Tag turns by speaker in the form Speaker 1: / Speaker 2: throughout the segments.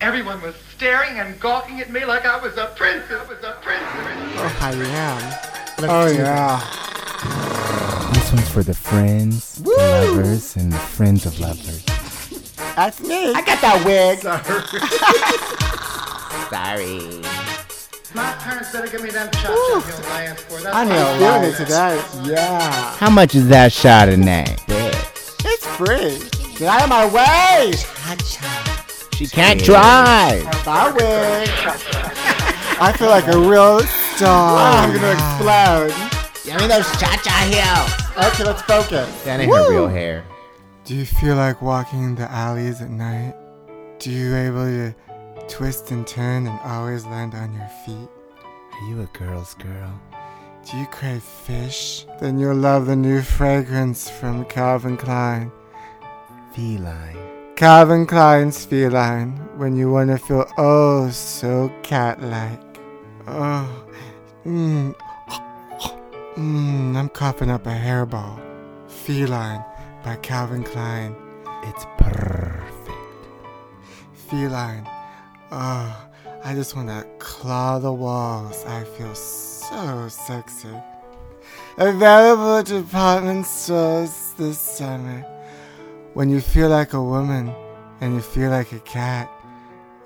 Speaker 1: Everyone was staring and gawking at me like I was a prince. I was a prince.
Speaker 2: Oh, I am. Let's
Speaker 3: Oh,
Speaker 2: do
Speaker 3: yeah.
Speaker 4: This one's for the friends, the lovers, and the friends of lovers.
Speaker 2: it. That's me. I got that wig. Sorry.
Speaker 1: My parents better give me them cha-cha heels I asked for. That's
Speaker 2: I
Speaker 1: why
Speaker 2: know.
Speaker 1: I'm
Speaker 2: Wow.
Speaker 3: Doing it today. Yeah.
Speaker 4: How much is that shot in that?
Speaker 2: It's free. Get out of my way.
Speaker 4: She can't drive.
Speaker 2: That wig.
Speaker 3: I feel like a real star. Ah, I'm going to explode.
Speaker 4: Give me those cha-cha heels.
Speaker 2: Okay, let's focus.
Speaker 4: That ain't her real hair.
Speaker 3: Do you feel like walking the alleys at night? Do you able to twist and turn and always land on your feet?
Speaker 4: Are you a girl's girl?
Speaker 3: Do you crave fish? Then you'll love the new fragrance from Calvin Klein.
Speaker 4: Feline.
Speaker 3: Calvin Klein's feline when you want to feel oh so cat like. Oh, mmm, mmm, I'm coughing up a hairball. Feline by Calvin Klein.
Speaker 4: It's perfect.
Speaker 3: Feline. Oh, I just want to claw the walls. I feel so sexy. Available at department stores this summer. When you feel like a woman, and you feel like a cat,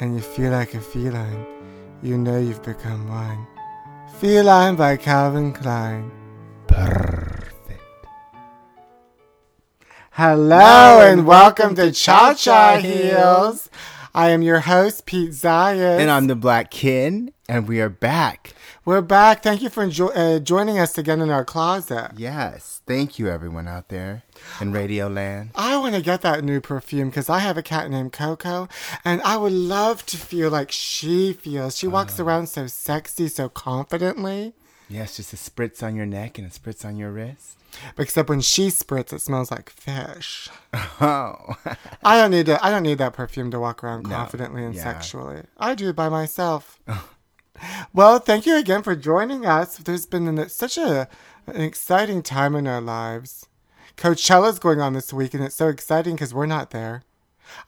Speaker 3: and you feel like a feline, you know you've become one. Feline by Calvin Klein.
Speaker 4: Perfect.
Speaker 3: Hello and welcome to Cha Cha Heels. I am your host, Pete Zayas.
Speaker 4: And I'm the Black Kid, and we are back.
Speaker 3: We're back. Thank you for enjo- uh, joining us again in our closet.
Speaker 4: Yes. Thank you, everyone out there in Radio Land.
Speaker 3: I want to get that new perfume because I have a cat named Coco, and I would love to feel like she feels. She
Speaker 4: Uh.
Speaker 3: walks around so sexy, so confidently.
Speaker 4: Yes, just a spritz on your neck and a spritz on your wrist.
Speaker 3: Except when she spritz, it smells like fish.
Speaker 4: Oh.
Speaker 3: I don't need to, I don't need that perfume to walk around
Speaker 4: No.
Speaker 3: confidently and
Speaker 4: Yeah.
Speaker 3: sexually. I do it by myself. well, thank you again for joining us. There's been an, such a an exciting time in our lives. Coachella's going on this week, and it's so exciting because we're not there.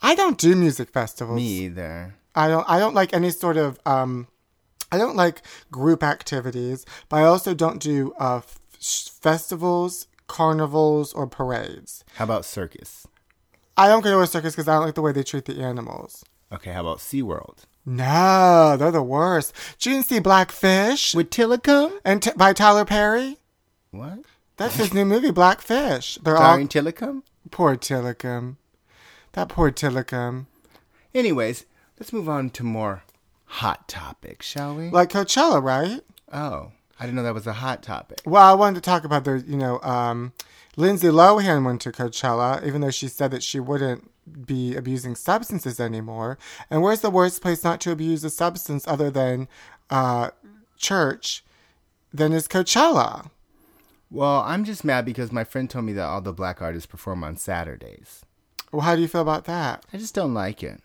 Speaker 3: I don't do music festivals.
Speaker 4: Me either.
Speaker 3: I don't. I don't like any sort of. Um, I don't like group activities, but I also don't do uh, f- festivals, carnivals, or parades.
Speaker 4: How about circus?
Speaker 3: I don't go to a circus because I don't like the way they treat the animals.
Speaker 4: Okay, how about SeaWorld?
Speaker 3: No, they're the worst. Did you see Blackfish?
Speaker 4: Would Tilla come?
Speaker 3: and t- by Tyler Perry?
Speaker 4: What?
Speaker 3: That's his new movie, Blackfish. They're
Speaker 4: Starring
Speaker 3: all
Speaker 4: Tilla come?
Speaker 3: poor Tillicum. That poor Tillicum.
Speaker 4: Anyways, let's move on to more hot topics, shall we?
Speaker 3: Like Coachella, right?
Speaker 4: oh, I didn't know that was a hot topic.
Speaker 3: Well, I wanted to talk about the, you know, um, Lindsay Lohan went to Coachella, even though she said that she wouldn't be abusing substances anymore. And where's the worst place not to abuse a substance other than uh, church? Then is Coachella.
Speaker 4: Well, I'm just mad because my friend told me that all the black artists perform on Saturdays.
Speaker 3: Well, how do you feel about that?
Speaker 4: I just don't like it.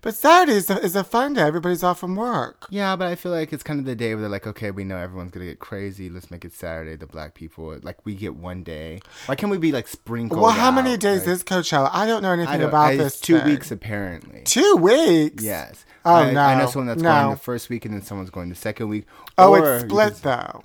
Speaker 3: But Saturday is a, is a fun day. Everybody's off from work.
Speaker 4: Yeah, but I feel like it's kind of the day where they're like, okay, we know everyone's gonna get crazy. Let's make it Saturday. The black people, like, we get one day. Why can't we be like sprinkled?
Speaker 3: well, how many
Speaker 4: out?
Speaker 3: days
Speaker 4: Like,
Speaker 3: is Coachella? I don't know anything
Speaker 4: I don't-
Speaker 3: about
Speaker 4: it's
Speaker 3: this.
Speaker 4: Two
Speaker 3: thing.
Speaker 4: weeks apparently.
Speaker 3: Two weeks.
Speaker 4: Yes.
Speaker 3: Oh,
Speaker 4: I, I know
Speaker 3: no.
Speaker 4: someone that's
Speaker 3: No.
Speaker 4: going the first week and then someone's going the second week.
Speaker 3: Oh,
Speaker 4: Or
Speaker 3: it's
Speaker 4: you
Speaker 3: split
Speaker 4: can-
Speaker 3: though.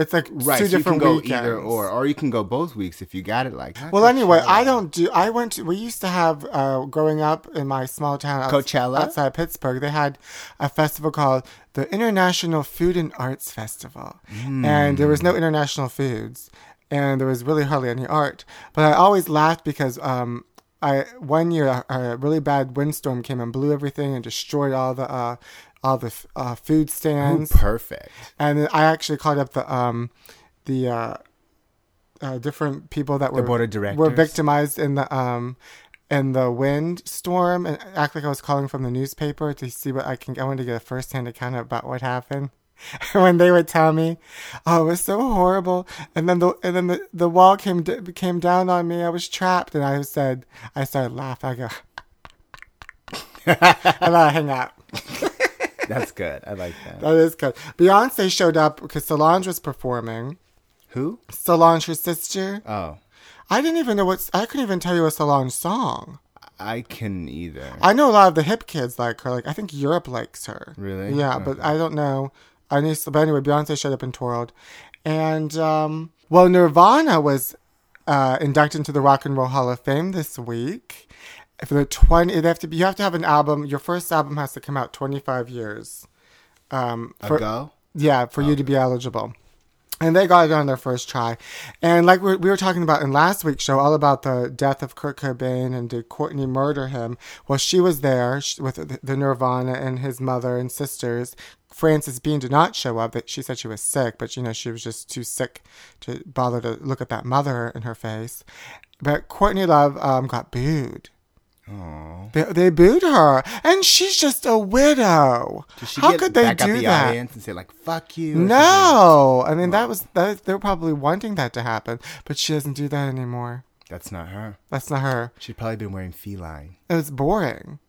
Speaker 3: It's like
Speaker 4: right.
Speaker 3: two
Speaker 4: so you can
Speaker 3: different
Speaker 4: go
Speaker 3: weekends.
Speaker 4: either or, or you can go both weeks if you got it like. that.
Speaker 3: Well, anyway, I
Speaker 4: Coachella.
Speaker 3: don't do. I went. To, we used to have uh, growing up in my small town, outs-
Speaker 4: Coachella?
Speaker 3: outside Pittsburgh. They had a festival called the International Food and Arts Festival, and there was no
Speaker 4: Hmm.
Speaker 3: international foods, and there was really hardly any art. But I always laughed because um, I one year a, a really bad windstorm came and blew everything and destroyed all the uh, all the f- uh,
Speaker 4: Oh,
Speaker 3: food
Speaker 4: Ooh,
Speaker 3: stands
Speaker 4: perfect.
Speaker 3: and then I actually called up the um, the uh, uh, different people that were
Speaker 4: board of
Speaker 3: were
Speaker 4: directors.
Speaker 3: victimized in the um, in the wind storm, and act like I was calling from the newspaper to see what I can. I wanted to get a first hand account about what happened. And when they would tell me, oh, it was so horrible, and then the and then the, the wall came d- came down on me. I was trapped, and I said, I started laughing. I go, and I hang up.
Speaker 4: That's good. I like that.
Speaker 3: That is good. Beyonce showed up because Solange was performing.
Speaker 4: Who?
Speaker 3: Solange, her sister.
Speaker 4: Oh,
Speaker 3: I didn't even know what I couldn't even tell you a Solange song.
Speaker 4: I couldn't either.
Speaker 3: I know a lot of the hip kids like her. Like I think Europe likes her.
Speaker 4: Really?
Speaker 3: Yeah, but I don't know. I need. But anyway, Beyonce showed up and twirled, and um, well, Nirvana was uh, inducted into the Rock and Roll Hall of Fame this week. For the twenty, they have to be. You have to have an album. Your first album has to come out twenty five years. Um, for,
Speaker 4: Ago?
Speaker 3: yeah, for you to be eligible. And they got it on their first try. And like we we were talking about in last week's show, all about the death of Kurt Cobain and did Courtney murder him? Well, she was there sh- with the- the Nirvana and his mother and sisters. Frances Bean did not show up. That She said she was sick, but you know, she was just too sick to bother to look at that mother in her face. But Courtney Love um, got booed. They, they booed her, and she's just a widow.
Speaker 4: Did she
Speaker 3: How
Speaker 4: get
Speaker 3: could they
Speaker 4: back
Speaker 3: do
Speaker 4: at the
Speaker 3: that?
Speaker 4: audience and say like "fuck you"? or something?
Speaker 3: No, I mean that was that, they were probably wanting that to happen, but she doesn't do that anymore.
Speaker 4: that's not her.
Speaker 3: That's not her.
Speaker 4: She'd probably been wearing feline.
Speaker 3: It was boring.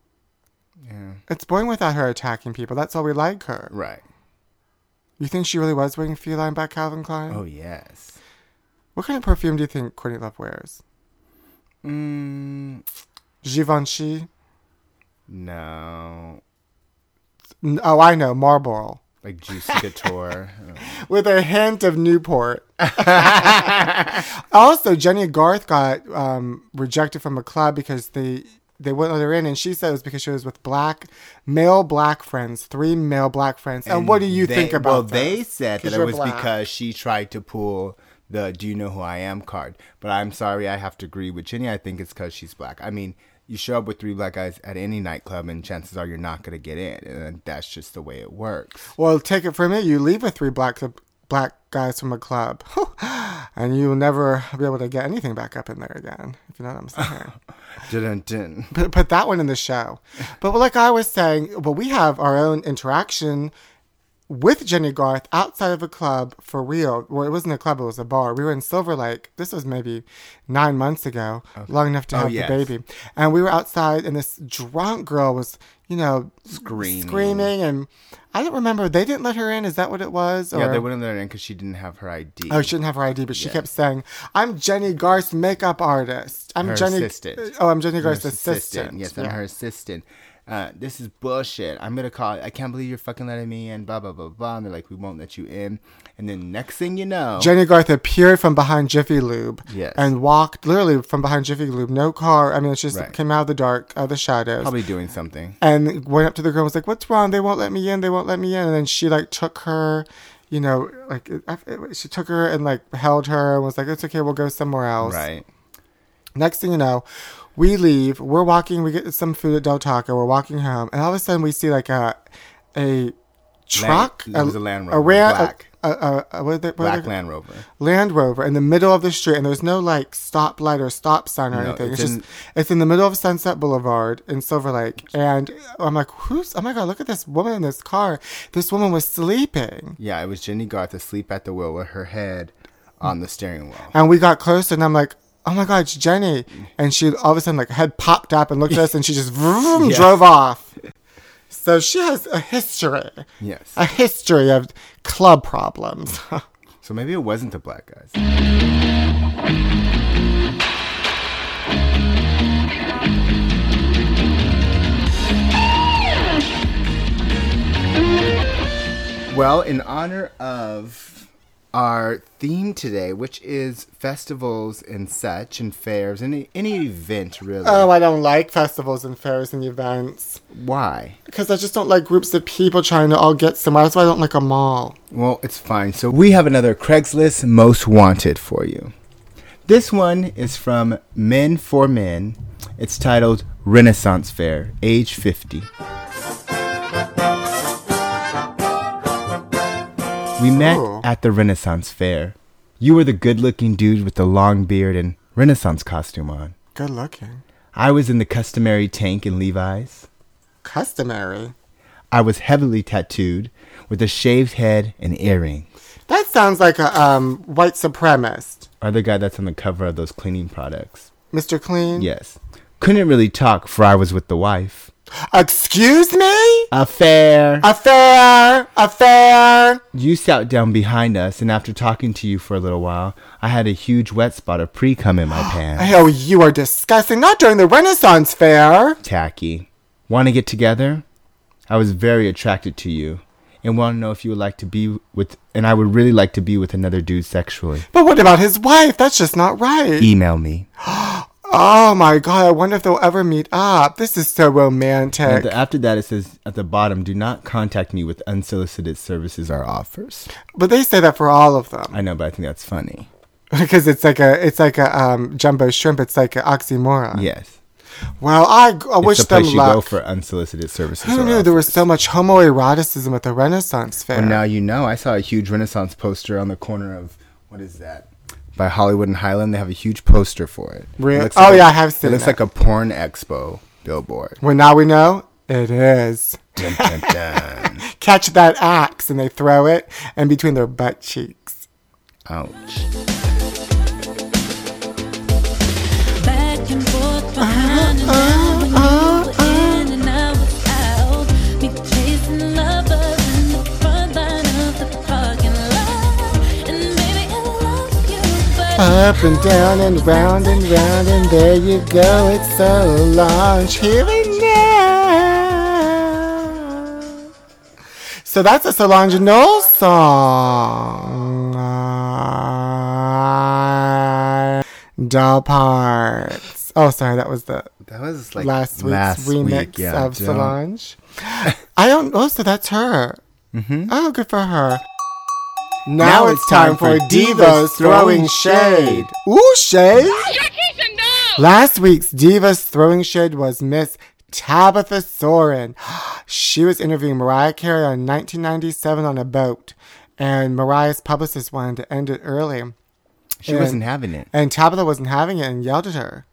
Speaker 4: Yeah,
Speaker 3: It's boring without her attacking people. That's why we like her.
Speaker 4: right.
Speaker 3: You think she really was wearing feline by Calvin Klein?
Speaker 4: Oh yes.
Speaker 3: What kind of perfume do you think Courtney Love wears?
Speaker 4: Mm,
Speaker 3: Givenchy.
Speaker 4: no,
Speaker 3: N- Oh, I know, Marlboro,
Speaker 4: like Juicy Couture.
Speaker 3: with a hint of Newport. also, Jenny Garth got um, rejected from a club because they they wouldn't let her in, and she said it was because she was with black male black friends, three male black friends. And, what do you
Speaker 4: they-
Speaker 3: think about
Speaker 4: Well,
Speaker 3: this?
Speaker 4: they said
Speaker 3: 'Cause
Speaker 4: that it
Speaker 3: you're
Speaker 4: was
Speaker 3: black.
Speaker 4: because she tried to pull the "Do you know who I am?" card. But I'm sorry, I have to agree with Jenny. I think it's because she's black. I mean, you show up with three black guys at any nightclub, and chances are you're not going to get in, and that's just the way it works.
Speaker 3: Well, take it from me, you leave with three black black guys from a club, and you'll never be able to get anything back up in there again. If you know what I'm saying.
Speaker 4: Didn't didn't.
Speaker 3: put, put that one in the show. But like I was saying, well, we have our own interaction with Jenny Garth outside of a club for real. Well, it wasn't a club; it was a bar. We were in Silver Lake. This was maybe nine months ago, long enough to
Speaker 4: Oh,
Speaker 3: have
Speaker 4: yes.
Speaker 3: the baby. And we were outside, and this drunk girl was, you know,
Speaker 4: Screaming.
Speaker 3: screaming, and I don't remember. They didn't let her in. Is that what it was?
Speaker 4: Yeah,
Speaker 3: Or-
Speaker 4: they wouldn't let her in because she didn't have her ID.
Speaker 3: Oh, she didn't have her ID, but she kept saying, "I'm Jenny Garth's makeup artist. I'm
Speaker 4: Her
Speaker 3: Jenny.
Speaker 4: assistant.
Speaker 3: Oh, I'm Jenny
Speaker 4: her
Speaker 3: Garth's assistant.
Speaker 4: Yes, I'm
Speaker 3: Yeah.
Speaker 4: her assistant. Uh, this is bullshit. I'm gonna call. I can't believe you're fucking letting me in. Blah blah blah blah. And they're like, we won't let you in. And then next thing you know,
Speaker 3: Jenny Garth appeared from behind Jiffy Lube
Speaker 4: Oh. Yes.
Speaker 3: and walked literally from behind Jiffy Lube. No car. I mean, it just
Speaker 4: Right.
Speaker 3: came out of the dark, out of the shadows.
Speaker 4: probably doing something.
Speaker 3: And went up to the girl and was like, What's wrong? They won't let me in. They won't let me in. And then she like took her, you know, like it- it- she took her and like held her and was like, It's okay. We'll go somewhere else.
Speaker 4: Right.
Speaker 3: Next thing you know, we leave. We're walking. We get some food at Del Taco. We're walking home. And all of a sudden, we see like a, a, Truck,
Speaker 4: it was a Land
Speaker 3: a
Speaker 4: Rover,
Speaker 3: ran-
Speaker 4: black.
Speaker 3: a, a, a, what are they- what are
Speaker 4: Black
Speaker 3: they-
Speaker 4: Land Rover.
Speaker 3: Land Rover in the middle of the street, and there's no like stop light or stop sign or
Speaker 4: No,
Speaker 3: anything. It's,
Speaker 4: it's in-
Speaker 3: just it's in the middle of Sunset Boulevard in Silver Lake, and I'm like, who's? Oh my god, look at this woman in this car. This woman was sleeping,
Speaker 4: Yeah, it was Jenny Garth asleep at the wheel with her head on the steering wheel.
Speaker 3: and we got closer, and I'm like. Oh my God, it's Jenny! And she all of a sudden like head popped up and looked at us, and she just vroom,
Speaker 4: Yeah.
Speaker 3: drove off. So she has a history,
Speaker 4: Yes.
Speaker 3: a history of club problems.
Speaker 4: So maybe it wasn't the black guys. Well, in honor of our theme today, which is festivals and such and fairs, any any event really.
Speaker 3: oh, I don't like festivals and fairs and events.
Speaker 4: Why?
Speaker 3: Because I just don't like groups of people trying to all get somewhere. That's why I don't like a mall.
Speaker 4: Well, it's fine. So we have another Craigslist Most Wanted for you. This one is from Men for Men. It's titled Renaissance Fair, age 50. We met
Speaker 3: Ooh.
Speaker 4: at the Renaissance Fair. You were the good looking dude with the long beard and Renaissance costume on.
Speaker 3: Good looking.
Speaker 4: I was in the customary tank and Levi's.
Speaker 3: Customary.
Speaker 4: I was heavily tattooed with a shaved head and earrings.
Speaker 3: That sounds like a um, white supremacist.
Speaker 4: other guy that's on the cover of those cleaning products.
Speaker 3: Mr. Clean?
Speaker 4: Yes. Couldn't really talk for I was with the wife.
Speaker 3: Excuse me?
Speaker 4: Affair.
Speaker 3: Affair, affair.
Speaker 4: You sat down behind us, and after talking to you for a little while, I had a huge wet spot of pre cum in my pants.
Speaker 3: Oh, you are disgusting. Not during the Renaissance Fair.
Speaker 4: Tacky. Want to get together? I was very attracted to you, and want to know if you would like to be with, and I would really like to be with another dude sexually.
Speaker 3: But what about his wife? That's just not right.
Speaker 4: Email me.
Speaker 3: Oh my god, I wonder if they'll ever meet up. This is so
Speaker 4: And
Speaker 3: romantic.
Speaker 4: the- after that, it says at the bottom, do not contact me with unsolicited services or offers.
Speaker 3: But they say that for all of them.
Speaker 4: I know, but I think that's funny.
Speaker 3: Because it's like a it's like a um, jumbo shrimp, it's like an oxymoron.
Speaker 4: Yes.
Speaker 3: Well, I, I wish
Speaker 4: it's the
Speaker 3: them
Speaker 4: place you go
Speaker 3: luck.
Speaker 4: for unsolicited services.
Speaker 3: Who
Speaker 4: or
Speaker 3: knew there was so much homoeroticism at the Renaissance Fair?
Speaker 4: Well, now you know. I saw a huge Renaissance poster on the corner of what is that? By Hollywood and Highland, they have a huge poster for it. It
Speaker 3: Really?
Speaker 4: looks
Speaker 3: Oh,
Speaker 4: a-
Speaker 3: yeah, I have seen
Speaker 4: It looks
Speaker 3: that.
Speaker 4: like a porn expo billboard.
Speaker 3: Well, now we know it is.
Speaker 4: Dun, dun, dun.
Speaker 3: Catch that axe, and they throw it in between their butt cheeks.
Speaker 4: Ouch.
Speaker 5: Back and forth, behind and out, when you were in and I was out. Me chasing lovers in the front line of the parking lot. And baby, I love you, but
Speaker 3: Up and down and round and round, and there you go. It's so large here and now. So that's a Solange Knowles song. Uh, doll parts. Oh, sorry, that was the
Speaker 4: That was like
Speaker 3: last week's remix
Speaker 4: week, yeah,
Speaker 3: of
Speaker 4: don't-
Speaker 3: Solange. I don't. Oh, so that's her. Mm-hmm. Oh, good for her. Now, it's time for Divas Throwing Shade. Ooh, shade! Last week's Divas Throwing Shade was Miss Tabitha Soren. She was interviewing Mariah Carey on 1997 on a boat, and Mariah's publicist wanted to end it early.
Speaker 4: She wasn't having it.
Speaker 3: And Tabitha wasn't having it and yelled at her.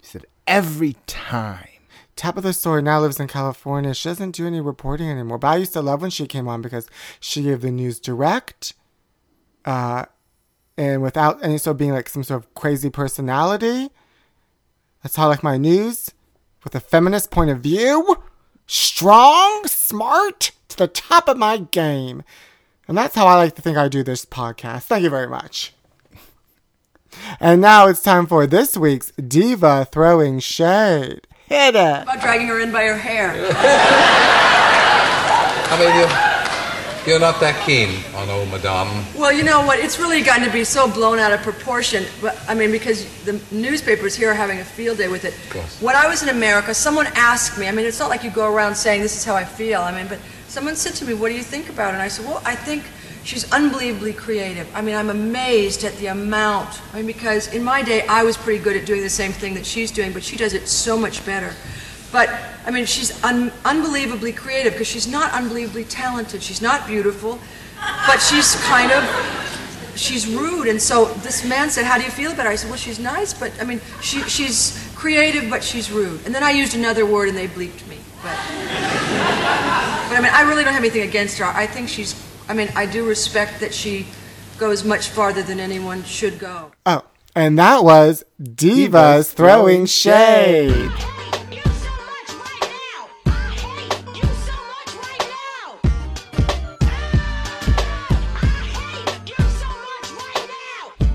Speaker 4: She said every time.
Speaker 3: Tabitha Sawyer now lives in California. She doesn't do any reporting anymore. But I used to love when she came on because she gave the news direct, uh, and without any sort of being like some sort of crazy personality. That's how I like my news, with a feminist point of view, strong, smart, to the top of my game, and that's how I like to think I do this podcast. Thank you very much. And now it's time for this week's Diva Throwing Shade. Hit it.
Speaker 6: about dragging her in by her hair.
Speaker 7: I mean, you're, you're not that keen on old Madame.
Speaker 6: Well, you know what? It's really gotten to be so blown out of proportion. But I mean, because the newspapers here are having a field day with it.
Speaker 7: course.
Speaker 6: When I was in America, someone asked me. I mean, it's not like you go around saying this is how I feel. I mean, but someone said to me, "What do you think about it?" And I said, "Well, I think she's unbelievably creative. I mean, I'm amazed at the amount. I mean, because in my day, I was pretty good at doing the same thing that she's doing, but she does it so much better." But I mean, she's un- unbelievably creative because she's not unbelievably talented. She's not beautiful, but she's kind of she's rude. And so this man said, How do you feel about her? I said, Well, she's nice, but I mean, she, she's creative, but she's rude. And then I used another word and they bleeped me. But, but I mean, I really don't have anything against her. I think she's, I mean, I do respect that she goes much farther than anyone should go.
Speaker 3: Oh, and that was Divas,
Speaker 4: Divas
Speaker 3: Throwing
Speaker 4: Throwing
Speaker 3: Shade.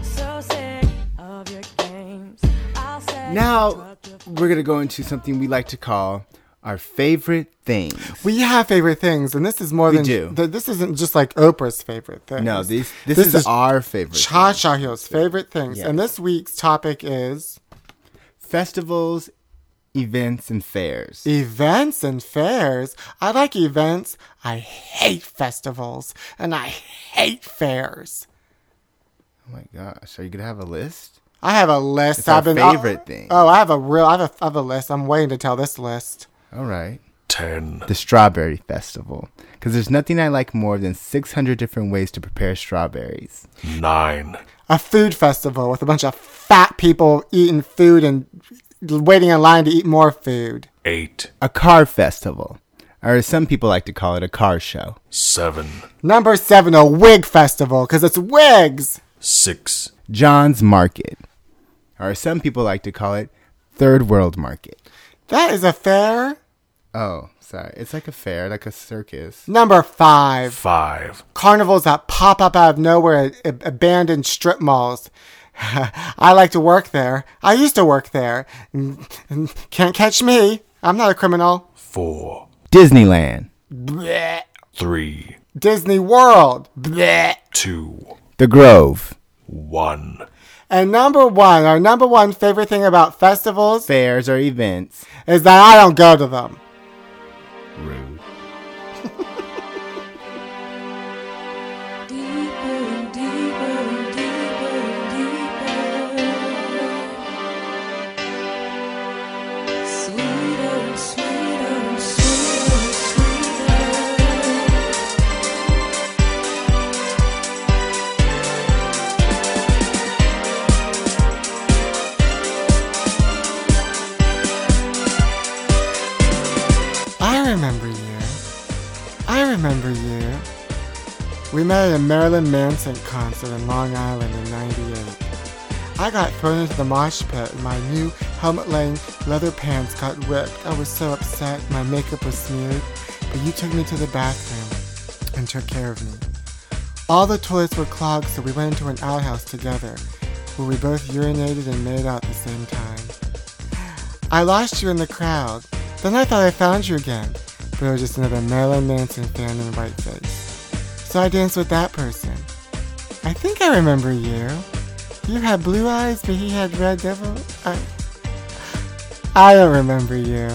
Speaker 5: so sick of your games. I'll say
Speaker 4: Now we're gonna go into something we like to call our favorite things.
Speaker 3: We have favorite things, and this is more
Speaker 4: We
Speaker 3: than
Speaker 4: do.
Speaker 3: th- this isn't just like Oprah's favorite thing.
Speaker 4: No, this this, is, our favorite.
Speaker 3: Cha
Speaker 4: thing.
Speaker 3: Cha Hill's favorite things, and
Speaker 4: Yes.
Speaker 3: this week's topic is
Speaker 4: festivals, events, and fairs.
Speaker 3: events and fairs. I like events. I hate festivals, and I hate fairs.
Speaker 4: Oh my gosh, are you gonna have a list?
Speaker 3: I have a list.
Speaker 4: It's our
Speaker 3: I've been
Speaker 4: favorite
Speaker 3: oh,
Speaker 4: thing.
Speaker 3: Oh, I have a real. I have a, I have a list. I'm waiting to tell this list.
Speaker 4: All right. Ten. The strawberry festival, because there's nothing I like more than 600 different ways to prepare strawberries.
Speaker 8: Nine.
Speaker 3: a food festival with a bunch of fat people eating food and waiting in line to eat more food.
Speaker 8: Eight.
Speaker 4: A car festival, or as some people like to call it, a car show.
Speaker 8: Seven.
Speaker 3: Number seven, a wig festival, because it's wigs.
Speaker 8: Six.
Speaker 4: John's Market, or as some people like to call it, Third World Market.
Speaker 3: That is a fair.
Speaker 4: Oh, sorry. It's like a fair, like a circus.
Speaker 3: Number five.
Speaker 8: Five.
Speaker 3: carnivals that pop up out of nowhere at ab- abandoned strip malls. I like to work there. I used to work there. Can't catch me. I'm not a criminal.
Speaker 8: Four.
Speaker 4: Disneyland,
Speaker 3: Blech.
Speaker 8: Three.
Speaker 3: Disney World. Blech.
Speaker 8: Two.
Speaker 4: The Grove,
Speaker 8: One.
Speaker 3: And number one, our number one favorite thing about festivals
Speaker 4: fairs or events.
Speaker 3: is that I don't go to them.
Speaker 4: Rude.
Speaker 5: Deeper and deeper and deeper and deeper. Sweeter and sweeter and sweeter and sweeter.
Speaker 3: I remember you. I remember you. We met at a Marilyn Manson concert in Long Island in 98. I got thrown into the mosh pit and my new helmet laying leather pants got ripped. I was so upset, my makeup was smeared, but you took me to the bathroom and took care of me. All the toilets were clogged, so we went into an outhouse together where we both urinated and made out at the same time. I lost you in the crowd. Then I thought I found you again, but it was just another Marilyn Manson fan in a white face. So I danced with that person. I think I remember you. You had blue eyes, but he had red devil. I, I don't remember you.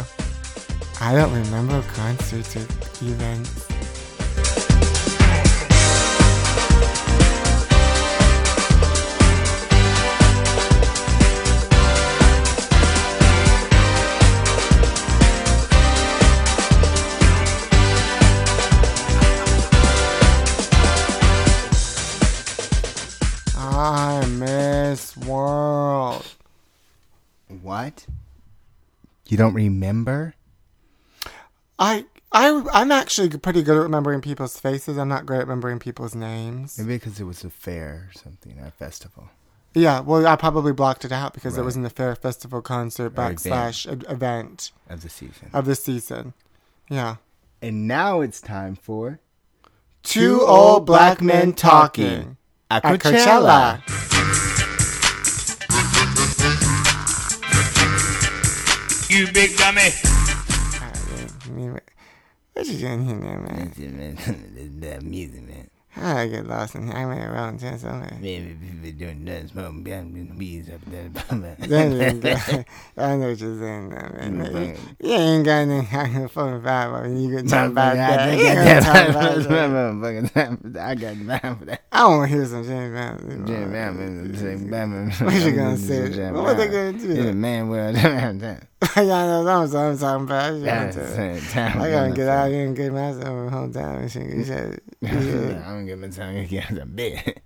Speaker 3: I don't remember concerts or events. I miss world.
Speaker 4: What? You don't remember?
Speaker 3: I. I, I'm actually pretty good at remembering people's faces. I'm not great at remembering people's names.
Speaker 4: Maybe because it was a fair or something, a festival.
Speaker 3: Yeah, well, I probably blocked it out because it was in the fair festival concert
Speaker 4: event.
Speaker 3: backslash event. event
Speaker 4: of the season.
Speaker 3: of the season. Yeah.
Speaker 4: And now it's time for
Speaker 3: Two old black men talking
Speaker 4: at
Speaker 3: at Coachella.
Speaker 8: You big dummy.
Speaker 3: Anyway, What you doing here, now, man?
Speaker 4: the music man.
Speaker 3: How did I get lost in here? I made a wrong chance. I know what you're saying now, man. You- You ain't got any fucking vibe, but you can talk about that. You can talk about that.
Speaker 4: I got time for that.
Speaker 3: I want to hear some James Brown.
Speaker 4: Jim Bam Jim Bam.
Speaker 3: What you gonna say? What they gonna do?
Speaker 4: In a man world, I don't have time.
Speaker 3: I know that's what I'm talking about. You know what I'm
Speaker 4: That's
Speaker 3: talking about.
Speaker 4: the time.
Speaker 3: I gotta get out here and get myself a whole time and shit. get shit.
Speaker 4: I'm gonna get my tongue against a bit.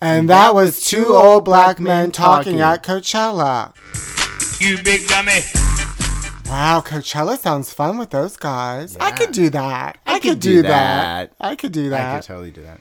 Speaker 3: And that was two old black men talking at Coachella.
Speaker 8: You big dummy.
Speaker 3: Wow, Coachella sounds fun with those guys. I
Speaker 4: Yeah.
Speaker 3: could do that. I, could,
Speaker 4: could
Speaker 3: do,
Speaker 4: do
Speaker 3: that.
Speaker 4: that.
Speaker 3: I could do
Speaker 4: I could
Speaker 3: that.
Speaker 4: totally do that.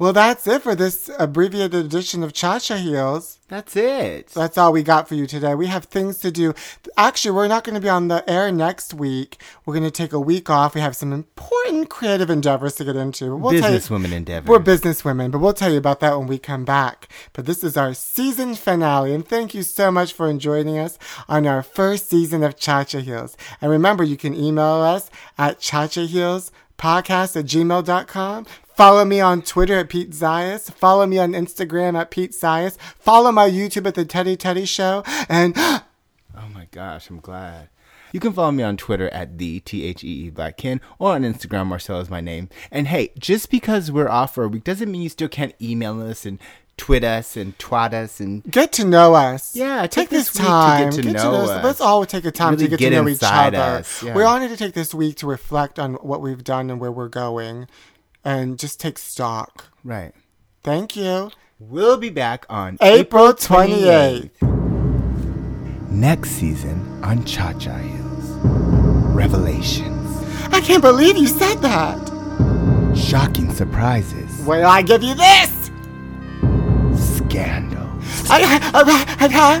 Speaker 3: well, that's it for this abbreviated edition of Cha Cha Heels.
Speaker 4: That's it.
Speaker 3: That's all we got for you today. We have things to do. Actually, we're not going to be on the air next week. We're going to take a week off. We have some important creative endeavors to get into. We'll tell you-
Speaker 4: Businesswoman endeavor.
Speaker 3: We're businesswomen, but we'll tell you about that when we come back. But this is our season finale, and thank you so much for joining us on our first season of Cha Cha Heels. And remember, you can email us at chachaheelspodcast at gmail.com. Follow me on Twitter at Pete Zias. Follow me on Instagram at Pete Zias. Follow my YouTube at The Teddy Teddy Show. And
Speaker 4: Oh my gosh, I'm glad. You can follow me on Twitter at the T H E E Black Ken or on Instagram, Marcel is my name. And hey, just because we're off for a week doesn't mean you still can't email us and tweet us and twat us and
Speaker 3: get to know us.
Speaker 4: Yeah,
Speaker 3: take,
Speaker 4: take
Speaker 3: this
Speaker 4: this week to
Speaker 3: time.
Speaker 4: get to know us.
Speaker 3: Let's all take a time to
Speaker 4: Really
Speaker 3: get,
Speaker 4: get
Speaker 3: to know each
Speaker 4: inside
Speaker 3: other.
Speaker 4: us, yeah.
Speaker 3: We all need to take this week to reflect on what we've done and where we're going, and just take stock.
Speaker 4: right.
Speaker 3: Thank you.
Speaker 4: We'll be back on
Speaker 3: April twenty eighth.
Speaker 4: next season on Cha Cha Hills. Revelations,
Speaker 3: I can't believe you said that.
Speaker 4: shocking surprises,
Speaker 3: Well, I give you this. Uh,
Speaker 4: scandal,
Speaker 3: I, I, I, I,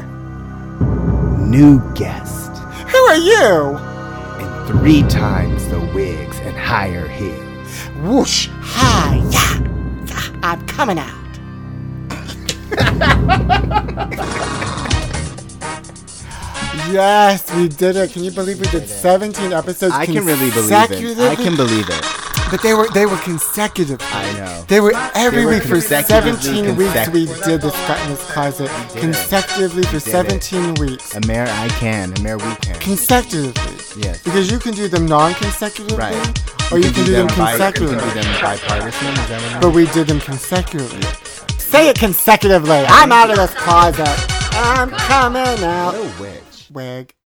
Speaker 4: new guest,
Speaker 3: who are you?
Speaker 4: and three times the wigs and higher heels.
Speaker 2: Whoosh, hi, yeah, yeah, I'm coming out.
Speaker 3: Yes, we did it. Can you believe we did 17 episodes?
Speaker 4: I can really believe it. I
Speaker 3: consecutively?
Speaker 4: can believe it.
Speaker 3: But they were they were consecutive.
Speaker 4: I know.
Speaker 3: They were every
Speaker 4: They were
Speaker 3: week for
Speaker 4: consecutively
Speaker 3: 17 weeks. We
Speaker 4: consecutive.
Speaker 3: did this cut in this closet
Speaker 4: did it.
Speaker 3: consecutively for
Speaker 4: did it.
Speaker 3: 17 weeks.
Speaker 4: Amer, I can. Amer, we can.
Speaker 3: Consecutively.
Speaker 4: Yes.
Speaker 3: Because you can do them non-consecutively,
Speaker 4: Right.
Speaker 3: or you, can, do them
Speaker 4: bi- You
Speaker 3: consecutively.
Speaker 4: can do them bipartisan. Is that what I'm-
Speaker 3: But we did them consecutively. Say it consecutively. I'm out of this closet. I'm coming out.
Speaker 4: Which?
Speaker 3: Wig.